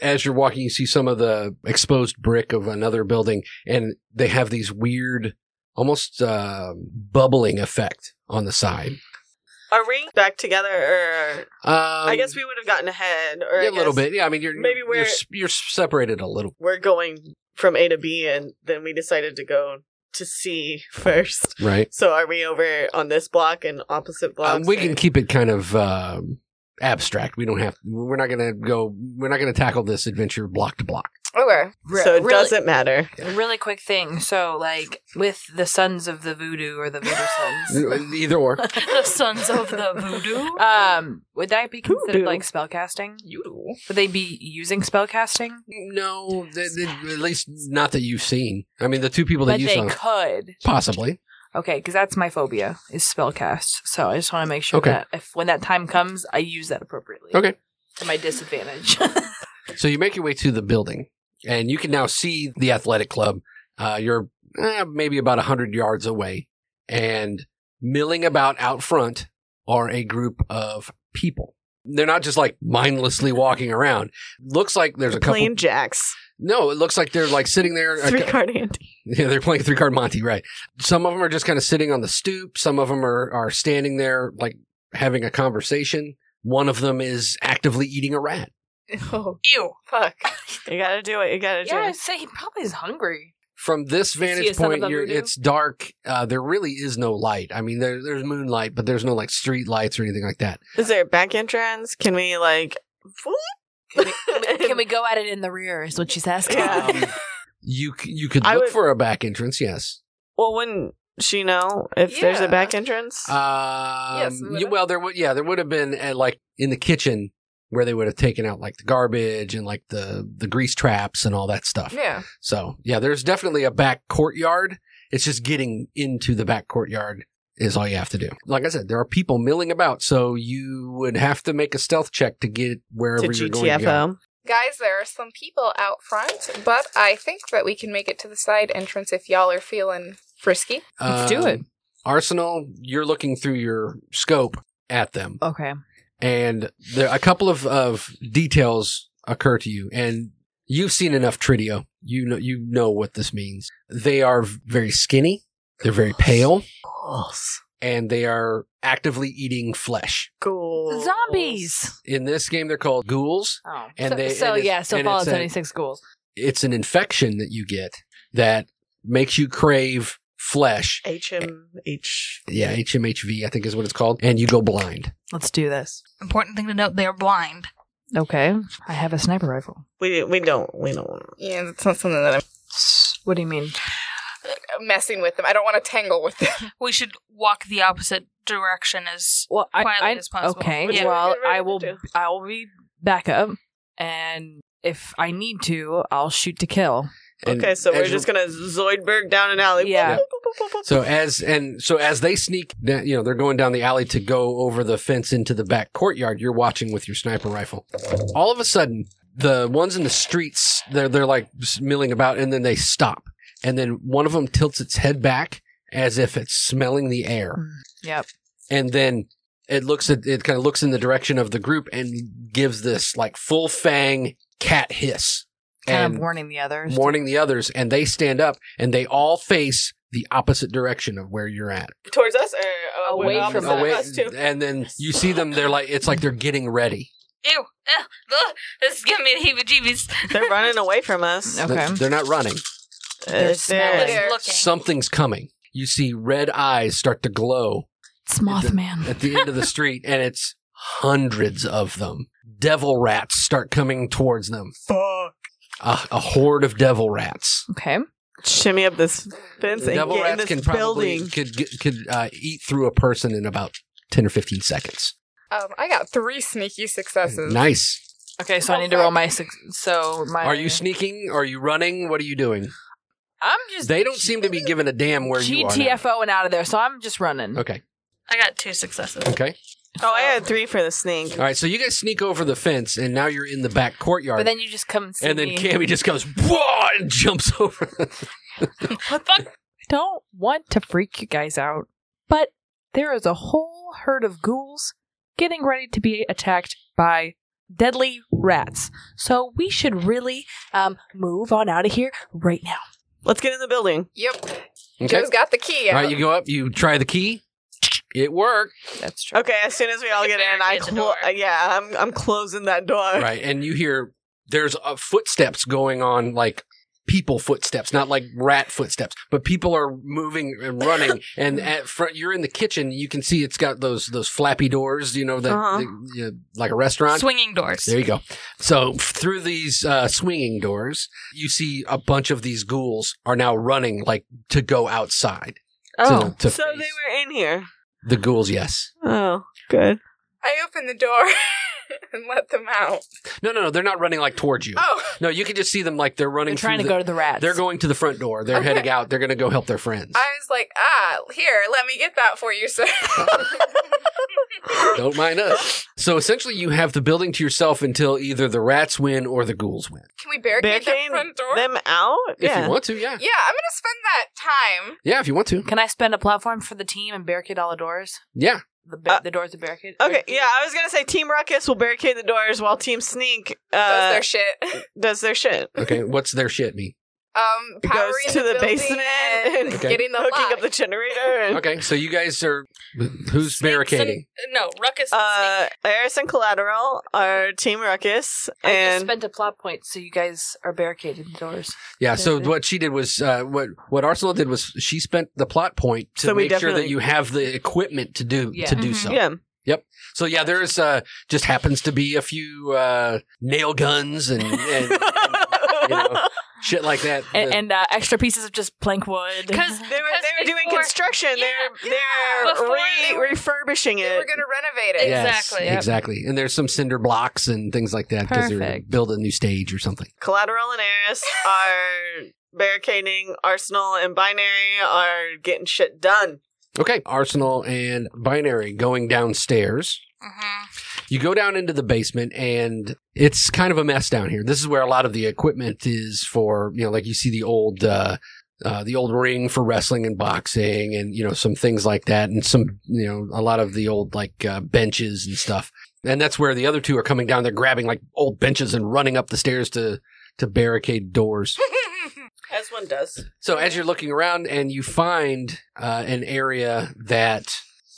As you're walking, you see some of the exposed brick of another building, and they have these weird, almost uh, bubbling effect on the side. Are we back together, or I guess we would have gotten ahead, or Um, I yeah, a little guess bit. Yeah, I mean, you're maybe maybe you're, we're- you're, s- you're separated a little. We're going from A to B, and then we decided to go to C first. Right. So are we over on this block and opposite blocks? Um, we or- can keep it kind of um, abstract. We don't have. We're not going to go. We're not going to tackle this adventure block to block. Okay. Re- so it really- doesn't matter. Really quick thing. So, like with the sons of the voodoo or the voodoo sons, Either or. the sons of the voodoo. um, would that be considered Voodoo. like spellcasting? You would they be using spellcasting? No, th- th- at least not that you've seen. I mean, the two people that but you they saw, could. possibly. Okay, because that's my phobia is spellcast. So I just want to make sure Okay. that if when that time comes, I use that appropriately. Okay. To my disadvantage. So you make your way to the building, and you can now see the athletic club. Uh, you're eh, maybe about 100 yards away, and milling about out front are a group of people. They're not just like mindlessly walking around. Looks like there's a couple. Plain jacks, No, it looks like they're like sitting there. a three cou- card handy. Yeah, they're playing three card Monty, right? Some of them are just kind of sitting on the stoop. Some of them are are standing there like having a conversation. One of them is actively eating a rat. Oh, Ew. fuck. You gotta do it. You gotta do yeah, I'd it. say he probably is hungry. From this see a vantage son of point, a you're, voodoo? it's dark. Uh, there really is no light. I mean, there, there's moonlight, but there's no like street lights or anything like that. Is there a back entrance? Can we like? Can we, can we- can we go at it in the rear? Is what she's asking. Yeah. You c- you could I look would- for a back entrance, yes. Well, wouldn't she know if there's a Yeah. back entrance? Um, Yes, we y- would've. well, there would yeah, there would have been uh, like in the kitchen where they would have taken out like the garbage and like the the grease traps and all that stuff. Yeah. So yeah, there's definitely a back courtyard. It's just getting into the back courtyard is all you have to do. Like I said, there are people milling about, so you would have to make a stealth check to get wherever to you're going to go. GTFO. Guys, there are some people out front, but I think that we can make it to the side entrance if y'all are feeling frisky. Let's do it. Um, Arsenal, you're looking through your scope at them, Okay. and there a couple of, of details occur to you, and you've seen enough Tridio. You know you know what this means. They are very skinny. They're very pale. and they are actively eating flesh. Ghouls. Zombies. In this game, they're called ghouls. Oh. And so, they- so and it's- yeah, so and Fallout it's a- 76 ghouls. It's an infection that you get that makes you crave flesh. HMH. Yeah, HMHV, I think is what it's called. And you go blind. Let's do this. Important thing to note: they are blind. Okay. I have a sniper rifle. We we don't we don't. Yeah, that's not something that S- What do you mean? I'm messing with them. I don't want to tangle with them. We should walk the opposite direction as Well, I, Quietly I as possible. okay. Which is what well, we're I ready to will. do. I will be back up, and if I need to, I'll shoot to kill. And okay, so as we're you- just gonna Zoidberg down an alley. Boop, Yeah. boop, boop, boop, boop, So as and so as they sneak, down, you know, they're going down the alley to go over the fence into the back courtyard. You're watching with your sniper rifle. All of a sudden, the ones in the streets, they're they're like s- milling about, and then they stop, and then one of them tilts its head back as if it's smelling the air. Yep. and then it looks at it kind of looks in the direction of the group and gives this like full fang cat hiss Kind and of warning the others. warning the others and they stand up and they all face the opposite direction of where you're at boop. towards us or uh, Away away from from us too. and then you see them they're like it's like they're getting ready Ew. Ugh, ugh, this is giving me the heebie-jeebies. They're running away from us. Okay. They're- they're not running They're Uh, smelling. Just looking. something's coming you see red eyes start to glow It's at Mothman. the end of the street and it's hundreds of them devil rats start coming towards them Fuck. a, a horde of devil rats Okay. Shimmy up this fence The and devil get in rats this can probably building. could get- could uh, eat through a person in about ten or fifteen seconds. Um, I got three sneaky successes. Nice. Okay. So I need to roll my six. So my. Are you sneaking? Are you running? What are you doing? I'm just. They don't seem to be giving a damn where you are. now. GTFO and out of there. So I'm just running. Okay. I got two successes. Okay. Oh, I had three for the snake. All right. So you guys sneak over the fence, and now you're in the back courtyard. But then you just come and see and then me. Cammy just goes whoa and jumps over. What the? I don't want to freak you guys out, but there is a whole herd of ghouls getting ready to be attacked by deadly rats. So we should really um, move on out of here right now. Let's get in the building. Yep. Okay. Joe's got the key. All right. You go up. You try the key. It worked. That's true. Okay, as soon as we all can get in, I barricade the clo- door. uh, yeah, I'm I'm closing that door. Right. And you hear there's uh, footsteps going on, like people footsteps, not like rat footsteps, but people are moving and running. and at front, you're in the kitchen. You can see it's got those those flappy doors, you know, that Uh-huh. the- you know, like a restaurant. Swinging doors. Uh, There you go. So through these uh, swinging doors, you see a bunch of these ghouls are now running like to go outside. Oh, to, to so face they were in here. the ghouls. Yes. Oh, good. I open the door and let them out. No, no, no. They're not running like towards you. Oh, No, you can just see them like they're running. They're trying through to the- go to the rats. They're going to the front door. They're Okay. heading out. They're going to go help their friends. I was like, ah, here, let me get that for you, sir. Don't mind us. So essentially, you have the building to yourself until either the rats win or the ghouls win. Can we barricade that Barricade front door? Them out? If you want to, yeah. Yeah, I'm gonna spend that time. Yeah, if you want to. Can I spend a platform for the team and barricade all the doors? Yeah. The ba- Uh, the doors are barricaded. Okay, yeah, I was gonna say Team Ruckus will barricade the doors while Team Sneak Does uh, their shit. does their shit. Okay, what's their shit mean? Um, Goes powering to the, the building basement and and Okay. getting the hooking up lock. the generator. And, Okay, so you guys are. Who's Snakes barricading? and- no, Ruckus. and Uh, Eris and Collateral are Team Ruckus, I just and spent a plot point, so you guys are barricaded the doors. Yeah. So Mhm. what she did was uh, what what Arsenal did was she spent the plot point to So we make sure that definitely- you have the equipment to do Yeah. to do Mhm. so. yeah, So yeah, there's uh, just happens to be a few uh, nail guns and, and know, shit like that. And, that- and uh, extra pieces of just plank wood. Because they were they were doing before- construction. yeah, they're they're before re- they were- refurbishing They were it. gonna renovate it. Yeah. Yes, Exactly. Yep. exactly. And there's some cinder blocks and things like that because they're Perfect. building a new stage or something. Collateral and Eris are barricading. Arsenal and Binary are getting shit done. Okay, Arsenal and Binary going downstairs. Mhm. You go down into the basement, and it's kind of a mess down here. This is where a lot of the equipment is for you know, like you see the old. Uh, uh, the old ring for wrestling and boxing and you know some things like that and some you know a lot of the old like uh, benches and stuff and that's where the other two are coming down they're grabbing like old benches and running up the stairs to to barricade doors As one does. So as you're looking around and you find uh, an area that,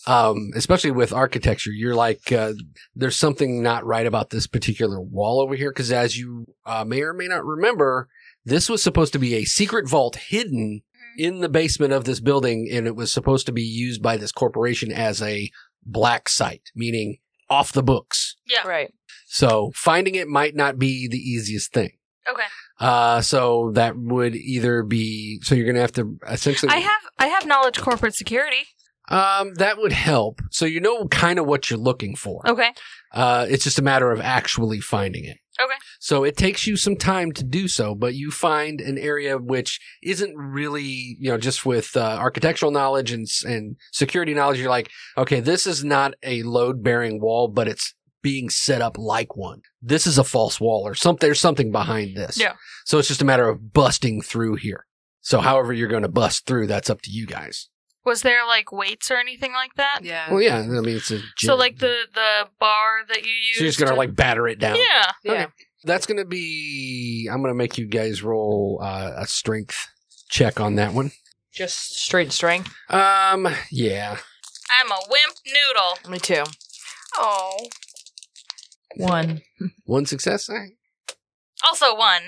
um, especially with architecture, you're like, uh, there's something not right about this particular wall over here. Because as you uh, may or may not remember, this was supposed to be a secret vault hidden Mm-hmm. in the basement of this building, and it was supposed to be used by this corporation as a black site, meaning off the books. yeah. right. So finding it might not be the easiest thing. Okay. Uh, so that would either be so you're gonna have to essentially. I have I have knowledge corporate security. um, that would help. So you know kind of what you're looking for. Okay. Uh, it's just a matter of actually finding it. Okay. So it takes you some time to do so, but you find an area which isn't really, you know, just with uh, architectural knowledge and s- and security knowledge, you're like, okay, this is not a load bearing wall, but it's being set up like one. This is a false wall or something. There's something behind this. Yeah. So it's just a matter of busting through here. So however you're going to bust through, that's up to you guys. Was there like weights or anything like that? Yeah. Well, yeah, I mean, it's a So gym. like the the bar that you use. So you're just gonna to- like batter it down. Yeah. Yeah. That's gonna be. I'm gonna make you guys roll uh, a strength check on that one. Just straight strength. Um. Yeah. I'm a wimp noodle. Me too. Oh, One. One success. All right. Also one.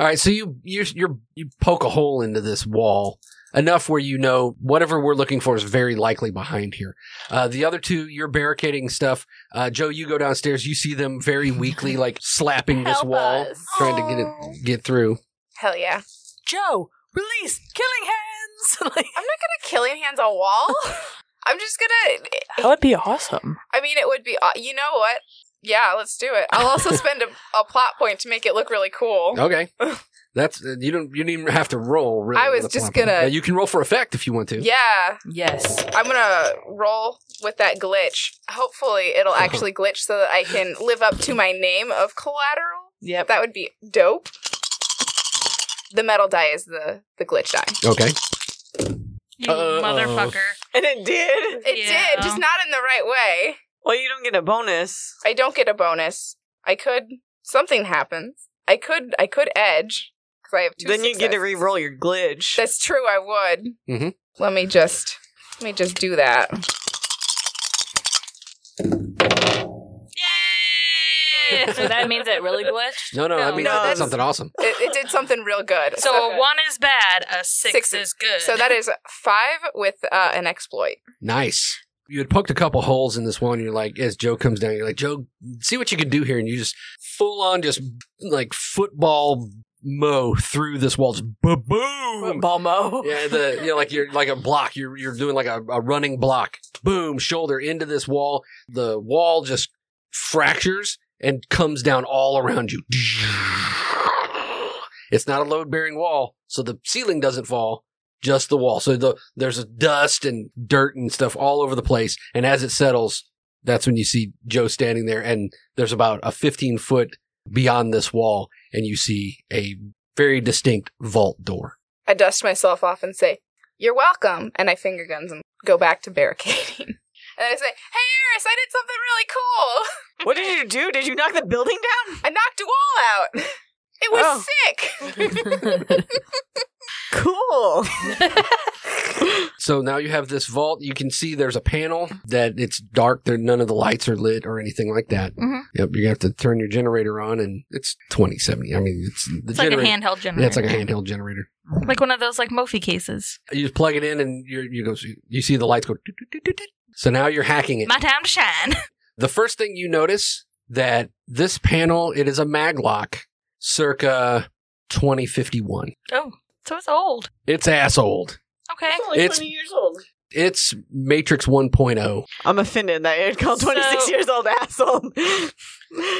All right, so you you you you poke a hole into this wall enough where you know whatever we're looking for is very likely behind here. Uh, the other two, you're barricading stuff. Uh, Joe, you go downstairs. You see them very weakly, like slapping this Help wall, us. trying to get it get through. hell yeah! Joe, release killing hands. like, I'm not gonna killing hands on wall. I'm just gonna. that would be awesome. I mean, it would be. aw- You know what? Yeah, let's do it. I'll also spend a, a plot point to make it look really cool. Okay. That's uh, you don't you didn't even have to roll. Really, I was with a just plot point. gonna- Uh, you can roll for effect if you want to. Yeah, Yes. I'm gonna roll with that glitch. Hopefully, it'll actually glitch so that I can live up to my name of collateral. Yep. That would be dope. The metal die is the the glitch die. Okay. You Uh-oh. motherfucker. And it did. It Yeah. did, just not in the right way. Well, you don't get a bonus. I don't get a bonus. I could something happens. I could I could edge because I have two. Then you get to successes. re-roll Mm-hmm. your glitch. That's true. I would. Mhm. Let me just let me just do that. Yay! So that means it really glitched. No, no, I No, mean no, I did that's- something awesome. It, it did something real good. so a one is bad, a six, Six is good. so that is five with uh, an exploit. Nice. You had poked a couple holes in this one. You're like, as Joe comes down, you're like, Joe, see what you can do here. And you just full on, just like football mow through this wall. Just boom. boom. Balmo. Yeah, the you know, like you're like a block. You're you're doing like a, a running block. Boom, shoulder into this wall. The wall just fractures and comes down all around you. It's not a load bearing wall, so the ceiling doesn't fall, just the wall. So the there's dust and dirt and stuff all over the place. And as it settles, that's when you see Joe standing there and there's about a fifteen foot beyond this wall, and you see a very distinct vault door. I dust myself off and say, You're welcome. And I finger guns and go back to barricading. And I say, Hey, Eris, I did something really cool. What did you do? Did you knock the building down? I knocked a wall out. It was Oh. sick. Cool. So now you have this vault. You can see there's a panel that it's dark. There none of the lights are lit or anything like that. Mhm. Yep, you have to turn your generator on, and it's twenty seventy. I mean, it's the it's like a generator. handheld generator. yeah, it's like a handheld generator. Like one of those like Mophie cases. You just plug it in, and you you go. You see the lights go. doot, doot, doot, doot, doot. So now you're hacking it. My time to shine. The first thing you notice that this panel it is a maglock, circa twenty fifty one. Oh, so it's old. It's ass old. Okay. only It's- 20 years old. It's Matrix oh. 1.0. I'm offended that you'd call 26 So- years old asshole.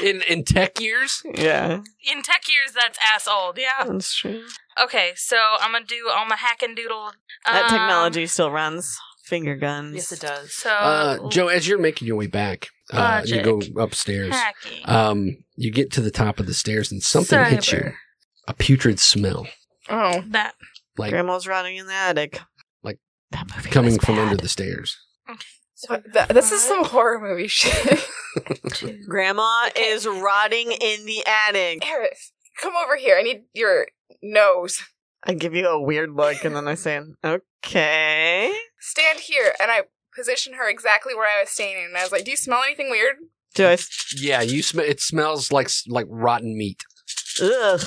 In in tech years, yeah, In tech years, that's ass old. Yeah. that's true. Okay, so I'm gonna do all my hack and doodle. That um, technology still runs. Finger guns. Yes, it does. So Uh, Joe, as you're making your way back, uh, you go Logic. upstairs. hacking. Um, you get to the top of the stairs and something hits you. Cyber. A putrid smell, Oh. That like Grandma's rotting in the attic. Like, that movie coming was from bad. under the stairs. What the- this is some horror movie shit. Grandma is rotting in the attic. Eris, come over here. I need your nose. I give you a weird look, and then I say, "Okay." Stand here. And I position her exactly where I was standing. And I was like, Do you smell anything weird? Do I? Yeah, you sm- it smells like s- like rotten meat. Ugh.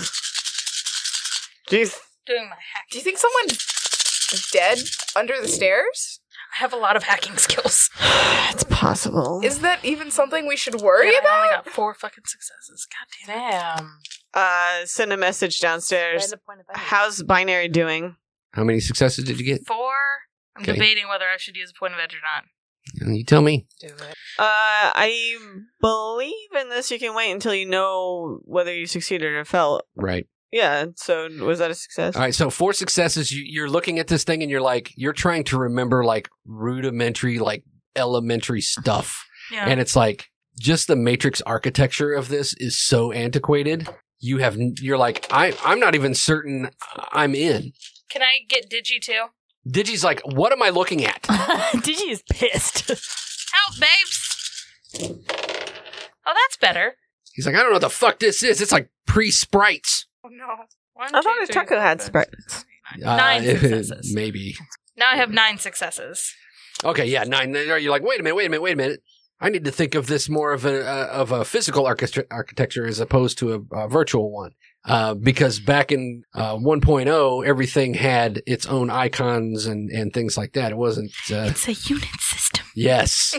Jeez. doing my hack. Do you think someone's dead under the stairs? I have a lot of hacking skills. it's possible. Is that even something we should worry And I about? only got four fucking successes. God damn it. Damn. uh, send a message downstairs. How's binary doing? How many successes did you get? Four. I'm Okay. debating whether I should use a point of edge or not. You tell me. Uh, I believe in this. You can wait until you know whether you succeeded or failed. Right. Yeah. So was that a success? All right. So four successes. You, you're looking at this thing and you're like, you're trying to remember like rudimentary, like elementary stuff. Yeah. and it's like just the matrix architecture of this is so antiquated you have you're like i i'm not even certain i'm in Can I get Digi too? digi's like what am i looking at Digi is pissed. Help, babes. Oh, that's better. he's like i don't know what the fuck this is it's like pre-sprites Oh, no. One, I two, thought three, Taco four, had five, spread. six, Uh, Nine Nine successes. maybe Now I have nine successes. okay yeah nine you're like wait a minute wait a minute wait a minute i need to think of this more of a uh, of a physical architect- architecture as opposed to a, a virtual one uh, because back in uh, 1.0 everything had its own icons and and things like that it wasn't uh, It's a unit system. Yes.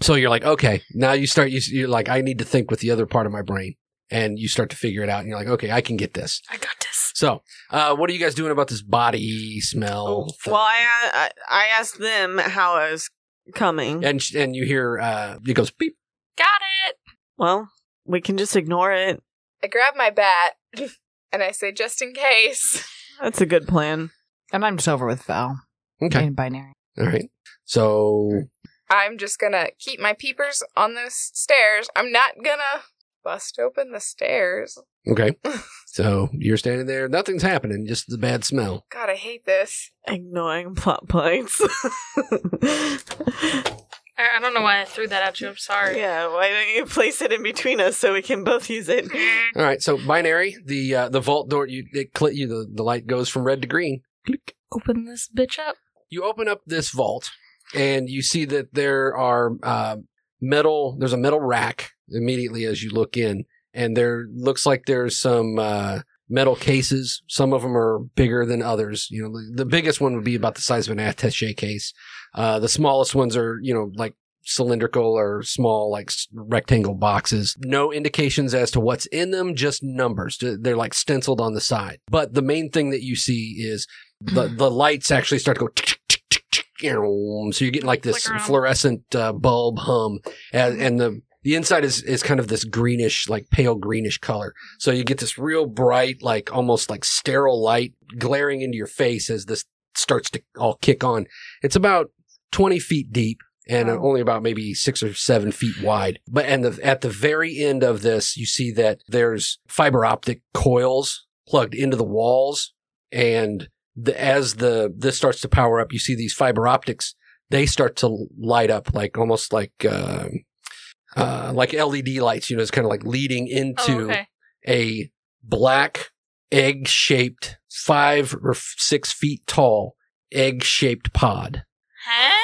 so you're like, okay, now you start, you, you're like, I need to think with the other part of my brain. And you start to figure it out. And you're like, okay, I can get this. I got this. So, uh, what are you guys doing about this body Oh, smell? thing? Oh, Well, I, I I asked them how I was coming. and, sh- and you hear, uh, it goes beep. Got it. Well, we can just ignore it. I grab my bat and I say, just in case. That's a good plan. And I'm just over with Val Okay. and binary. All right. So, I'm just gonna keep my peepers on those stairs. I'm not gonna bust open the stairs. okay. So you're standing there. Nothing's happening. Just the bad smell. God, I hate this. Ignoring plot points. I, I don't know why I threw that at you. I'm sorry. yeah, why don't you place it in between us so we can both use it? Mm, All right. So binary, the, uh, the vault door, you, it cl- you, the, the light goes from red to green. Open this bitch up. You open up this vault and you see that there are uh, metal. There's a metal rack immediately as you look in, and there looks like there's some uh, metal cases. Some of them are bigger than others. You know, the, the biggest one would be about the size of an attaché case. Uh, the smallest ones are, you know, like cylindrical or small, like s- rectangle boxes. No indications as to what's in them, just numbers. Th- They're like stenciled on the side. But the main thing that you see is the the lights actually start to go. tick, tick, tick, tick, you know, um, So you're getting like this Flicker on. fluorescent uh, bulb hum, and, and the the inside is is kind of this greenish, like pale greenish color. So you get this real bright, like almost like sterile light glaring into your face as this starts to all kick on. It's about 20 feet deep and only about maybe six or seven feet wide. But and the, at the very end of this, you see that there's fiber optic coils plugged into the walls, and the, as the this starts to power up, you see these fiber optics. They start to light up like almost like uh, uh, like LED lights. You know, it's kind of like leading into Oh, okay. a black egg shaped, five or f- six feet tall egg shaped pod. Huh?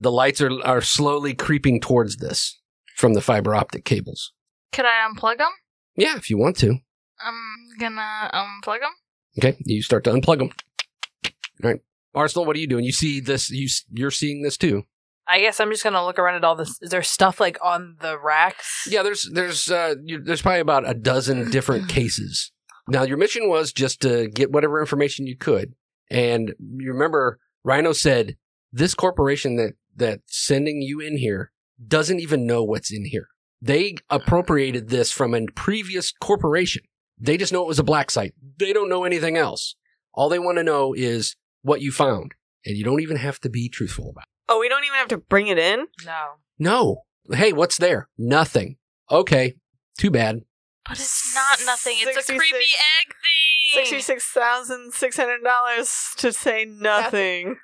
The lights are, are slowly creeping towards this from the fiber optic cables. Could I unplug them? Yeah, if you want to. I'm gonna unplug them. Okay, you start to unplug them. All right, Arsenal, what are you doing? You see this? You s- you're seeing this too. I guess I'm just gonna look around at all this. Is there stuff like on the racks? Yeah, there's there's uh, you, there's probably about a dozen different cases. Now your mission was just to get whatever information you could, and you remember Rhino said this corporation that that's sending you in here doesn't even know what's in here. They appropriated this from a previous corporation. They just know it was a black site. They don't know anything else. All they want to know is what you found, and you don't even have to be truthful about. it. Oh, we don't even have to bring it in. No. No. Hey, what's there? Nothing. Okay. Too bad. But it's not nothing. It's a 66 creepy egg thing. Sixty-six thousand six hundred dollars to say nothing.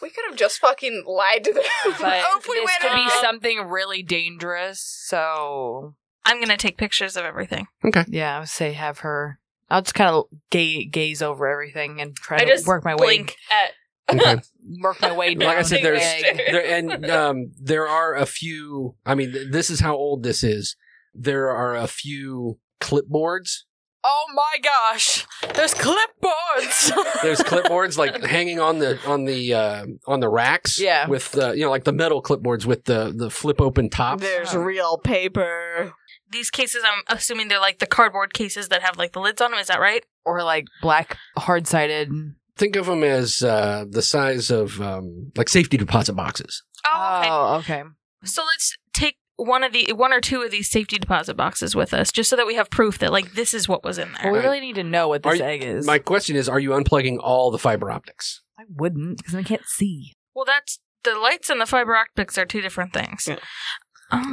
We could have just fucking lied to them. But oh, if we this went could be out- something really dangerous. So I'm gonna take pictures of everything. yeah, I would say have her. I'll just kind of ga- gaze over everything and try I to just work my Blink at Okay. way. Work my way down. like I said, the there's egg. there, and um, there are a few. I mean, th- this is how old this is. There are a few clipboards. Oh my gosh! There's clipboards. There's clipboards like hanging on the on the uh, on the racks. Yeah. With the you know like the metal clipboards with the the flip open tops. There's real paper. these cases. I'm assuming they're like the cardboard cases that have like the lids on them. Is that right? or like black hard sided. Think of them as uh, the size of um, like safety deposit boxes. Oh, okay. Oh, okay. So let's take one of the one or two of these safety deposit boxes with us, just so that we have proof that like this is what was in Well, there. we Alright. really need to know what this Are you- egg is. My question is: Are you unplugging all the fiber optics? I wouldn't because I can't see. Well, that's the lights and the fiber optics are two different things. Yeah.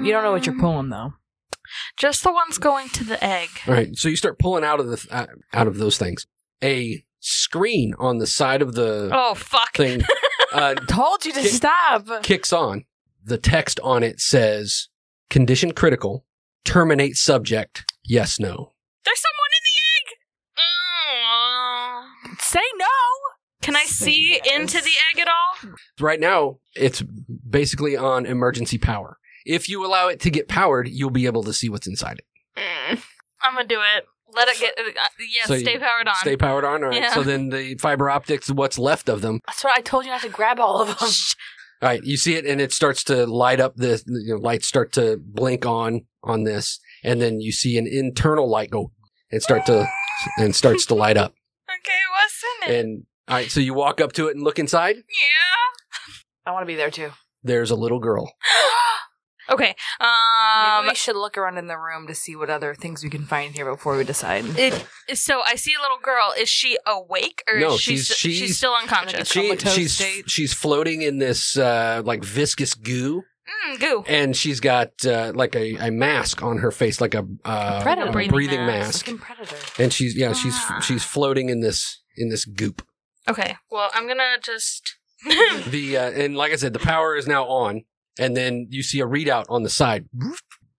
You don't know what you're Um, pulling though. Just the ones going to the egg. All right, so you start pulling out of the th- uh, out of those things a screen on the side of the Oh fuck! thing uh, Told you to Ki- stop. kicks on. The text on it says condition critical, terminate subject, yes, no. There's someone in the egg. Mm. Say no. Can I see into the egg at all? Right now, it's basically on emergency power. If you allow it to get powered, you'll be able to see what's inside it. I'm gonna do it. Let it get. Uh, yes, So you- stay powered on. Stay powered on. All right. Yeah. So then the fiber optics, what's left of them. That's what I told you not to grab all of them. All right. You see it and it starts to light up. The you know, lights start to blink on on this. And then you see an internal light go and start to and starts to light up. okay, what's in it? And all right. So you walk up to it and look inside. yeah. I want to be there too. there's a little girl. okay. Maybe Um. we should look around in the room to see what other things we can find here before we decide. It, so I see a little girl. Is she awake or No, is she she's- s- she's- still unconscious? She, comatose she's state. she's floating in this uh, like viscous goo, Mm, goo. and she's got uh, like a, a mask on her face, like a, uh, predator. a breathing, Breathing mask. Fucking predator. And she's yeah, she's Ah. she's floating in this in this goop. Okay. Well, I'm gonna just. The uh, and like I said, the power is now on, and then you see a readout on the side.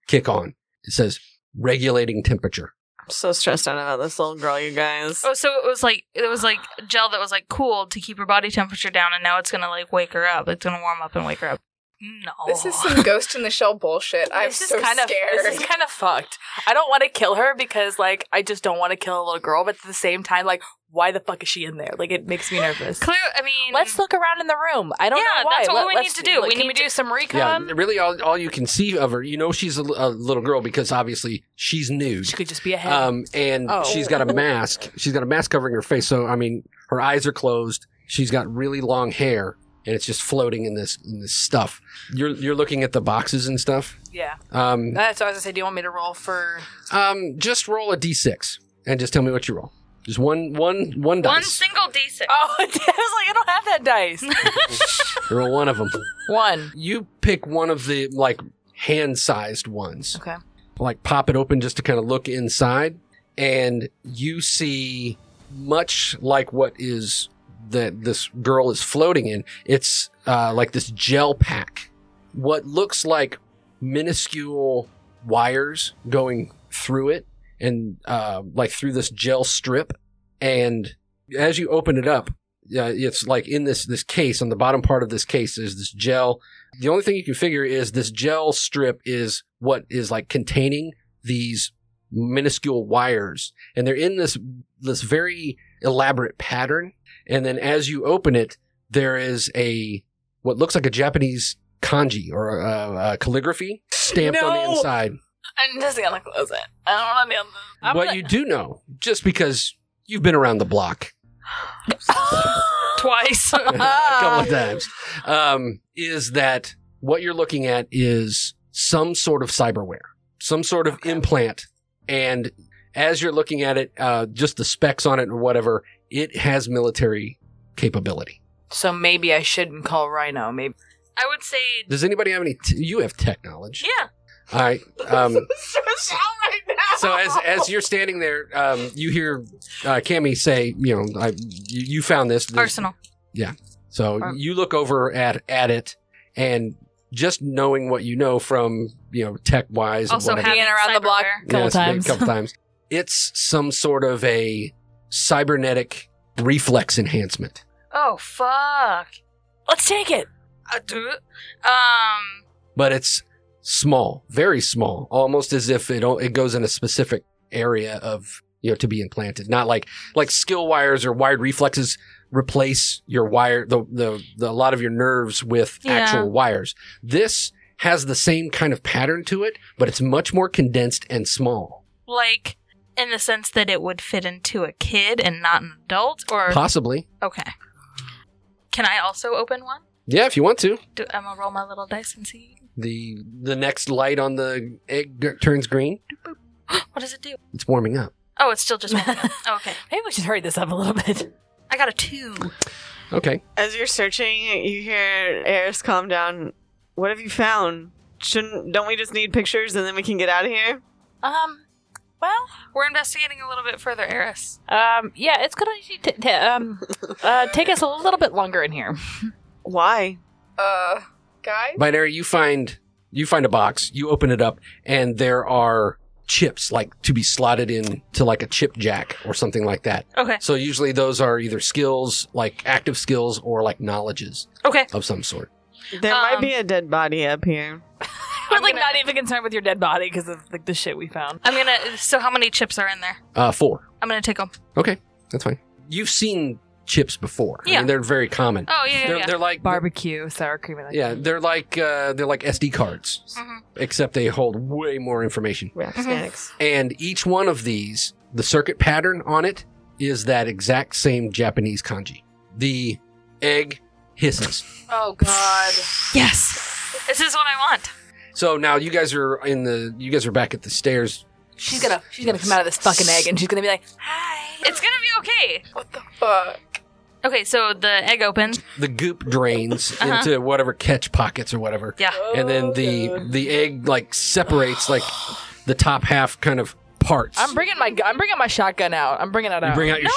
Kick on. It says regulating temperature. so stressed out about this little girl, you guys. Oh, so it was like it was like gel that was like cooled to keep her body temperature down, and now it's gonna like wake her up. It's gonna warm up and wake her up. No, This is some Ghost in the Shell bullshit. I'm this so is kind scared. of this is kind of fucked. I don't want to kill her because like I just don't want to kill a little girl, but at the same time, like why the fuck is she in there? Like it makes me nervous. clear. I mean, Let's look around in the room. I don't Yeah, know why. that's what we let's- need to do. like, We can need we do to- some Yeah, recon. really, all, all you can see of her, you know, she's a, l- a little girl because obviously she's nude. She could just be a head. Um, and Oh. she's got a mask. She's got a mask covering her face. So, I mean, her eyes are closed. She's got really long hair, and it's just floating in this in this stuff. You're you're looking at the boxes and stuff. yeah. Um, That's what I was gonna say. Do you want me to roll for? um, just roll a d6 and just tell me what you roll. Just one one one one dice. single d6. Oh, I was like, I don't have that dice. roll one of them. One. You pick one of the like hand sized ones. Okay. Like pop it open just to kind of look inside, and you see much like what is that this girl is floating in. It's uh, like this gel pack. What looks like minuscule wires going through it and uh, like through this gel strip. And as you open it up, uh, it's like in this this case on the bottom part of this case is this gel. The only thing you can figure is this gel strip is what is like containing these minuscule wires, and they're in this this very elaborate pattern. And then as you open it, there is a what looks like a Japanese kanji or uh, uh, calligraphy stamped on the No. inside. I'm just gonna close it. I don't want to be on the. I'm what gonna- you do know, just because you've been around the block Twice. a couple of times, um, is that what you're looking at is some sort of cyberware, some sort of implant, and as you're looking at it, uh, just the specs on it or whatever, it has military capability. So maybe I shouldn't call Rhino. Maybe I would say, Does anybody have any? T- you have tech knowledge. yeah. All right. Um, stressed out right now. so as as you're standing there, um, you hear uh, Cammy say, "You know, I, you, you found this. There's- Arsenal. So Or- you look over at at it, and just knowing what you know from you know tech wise, Also, and whatever, having around the block. cyberware. couple it's been a times. couple times, it's some sort of a cybernetic reflex enhancement. Oh fuck. Let's take it. I do. Um. but it's small, very small, almost as if it o- it goes in a specific area of you know to be implanted. Not like like skill wires or wired reflexes replace your wire the the, the a lot of your nerves with Yeah. actual wires. This has the same kind of pattern to it, but it's much more condensed and small. like in the sense that it would fit into a kid and not an adult or Possibly, okay can i also open one yeah, if you want to. Do, i'm gonna roll my little dice and see The the next light on the egg g- turns green. what does it do It's warming up. oh it's still just one Oh, okay Maybe we should hurry this up a little bit. i got a two Okay. As you're searching, you hear Eris calm down. What have you found? Shouldn't don't we just need pictures and then we can get out of here? Um. Well, we're investigating a little bit further eris Um, yeah, it's gonna t- t- um, uh, take us a little bit longer in here. Why? uh, guys. binary you find you find a box you open it up and there are chips like to be slotted in to like a chip jack or something like that okay so usually those are either skills like active skills or like knowledges okay of some sort There might Um, be a dead body up here. I'm we're like gonna- not even concerned with your dead body because of like the shit we found. i'm gonna so how many chips are in there uh four i'm gonna take them okay that's fine you've seen chips before I Yeah. mean, they're very common oh yeah yeah, they're, yeah. they're like Barbecue, sour cream, and like yeah they're like uh they're like sd cards Mhm. except they hold way more information Rap Mm-hmm. Mhm. snacks. and each one of these the circuit pattern on it is that exact same japanese kanji the egg hisses Oh God. yes this is what i want so now you guys are in the you guys are back at the stairs She's gonna she's gonna come out of this fucking egg and she's gonna be like, it's gonna be okay What the fuck? okay so the egg opens the goop drains Uh-huh. into whatever catch pockets or whatever yeah and then the the egg like separates like the top half kind of parts I'm bringing my gu- I'm bringing my shotgun out. I'm bringing it you out. bring out your No!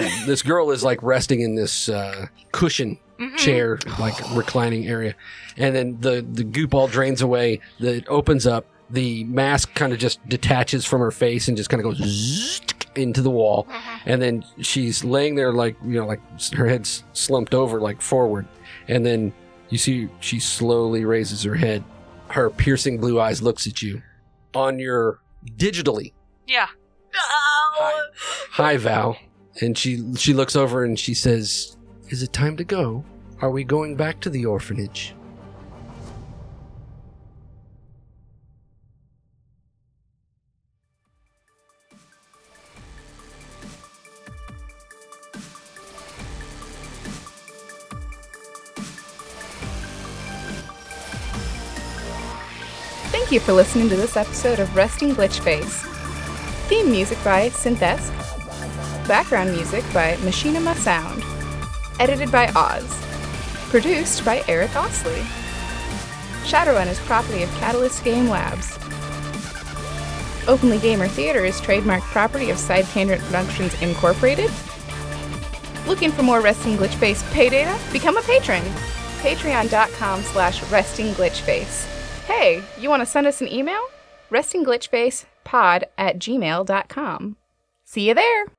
shotgun this girl is like resting in this uh, cushion Mhm. chair like reclining area and then the the goop all drains away the, it opens up the mask kind of just detaches from her face and just kind of goes zzz into the wall. And then she's laying there, like, you know, like s- her head's slumped over, like forward. And then you see she slowly raises her head. Her piercing blue eyes looks at you on your digitally Yeah. Hi, Val. And she she looks over and she says, "Is it time to go? Are we going back to the orphanage?" Thank you for listening to this episode of Resting Glitch Face. Theme music by Synthesk. Background music by Machinima Sound. Edited by Oz. Produced by Eric Osley. Shadowrun is property of Catalyst Game Labs. Openly Gamer Theater is trademark property of Side Tangent Productions Incorporated. Looking for more Resting Glitch Face pay data? Become a patron! Patreon.com slash Resting Glitch Face. Hey, you want to send us an email? Restingglitchfacepod at gmail.com. See you there!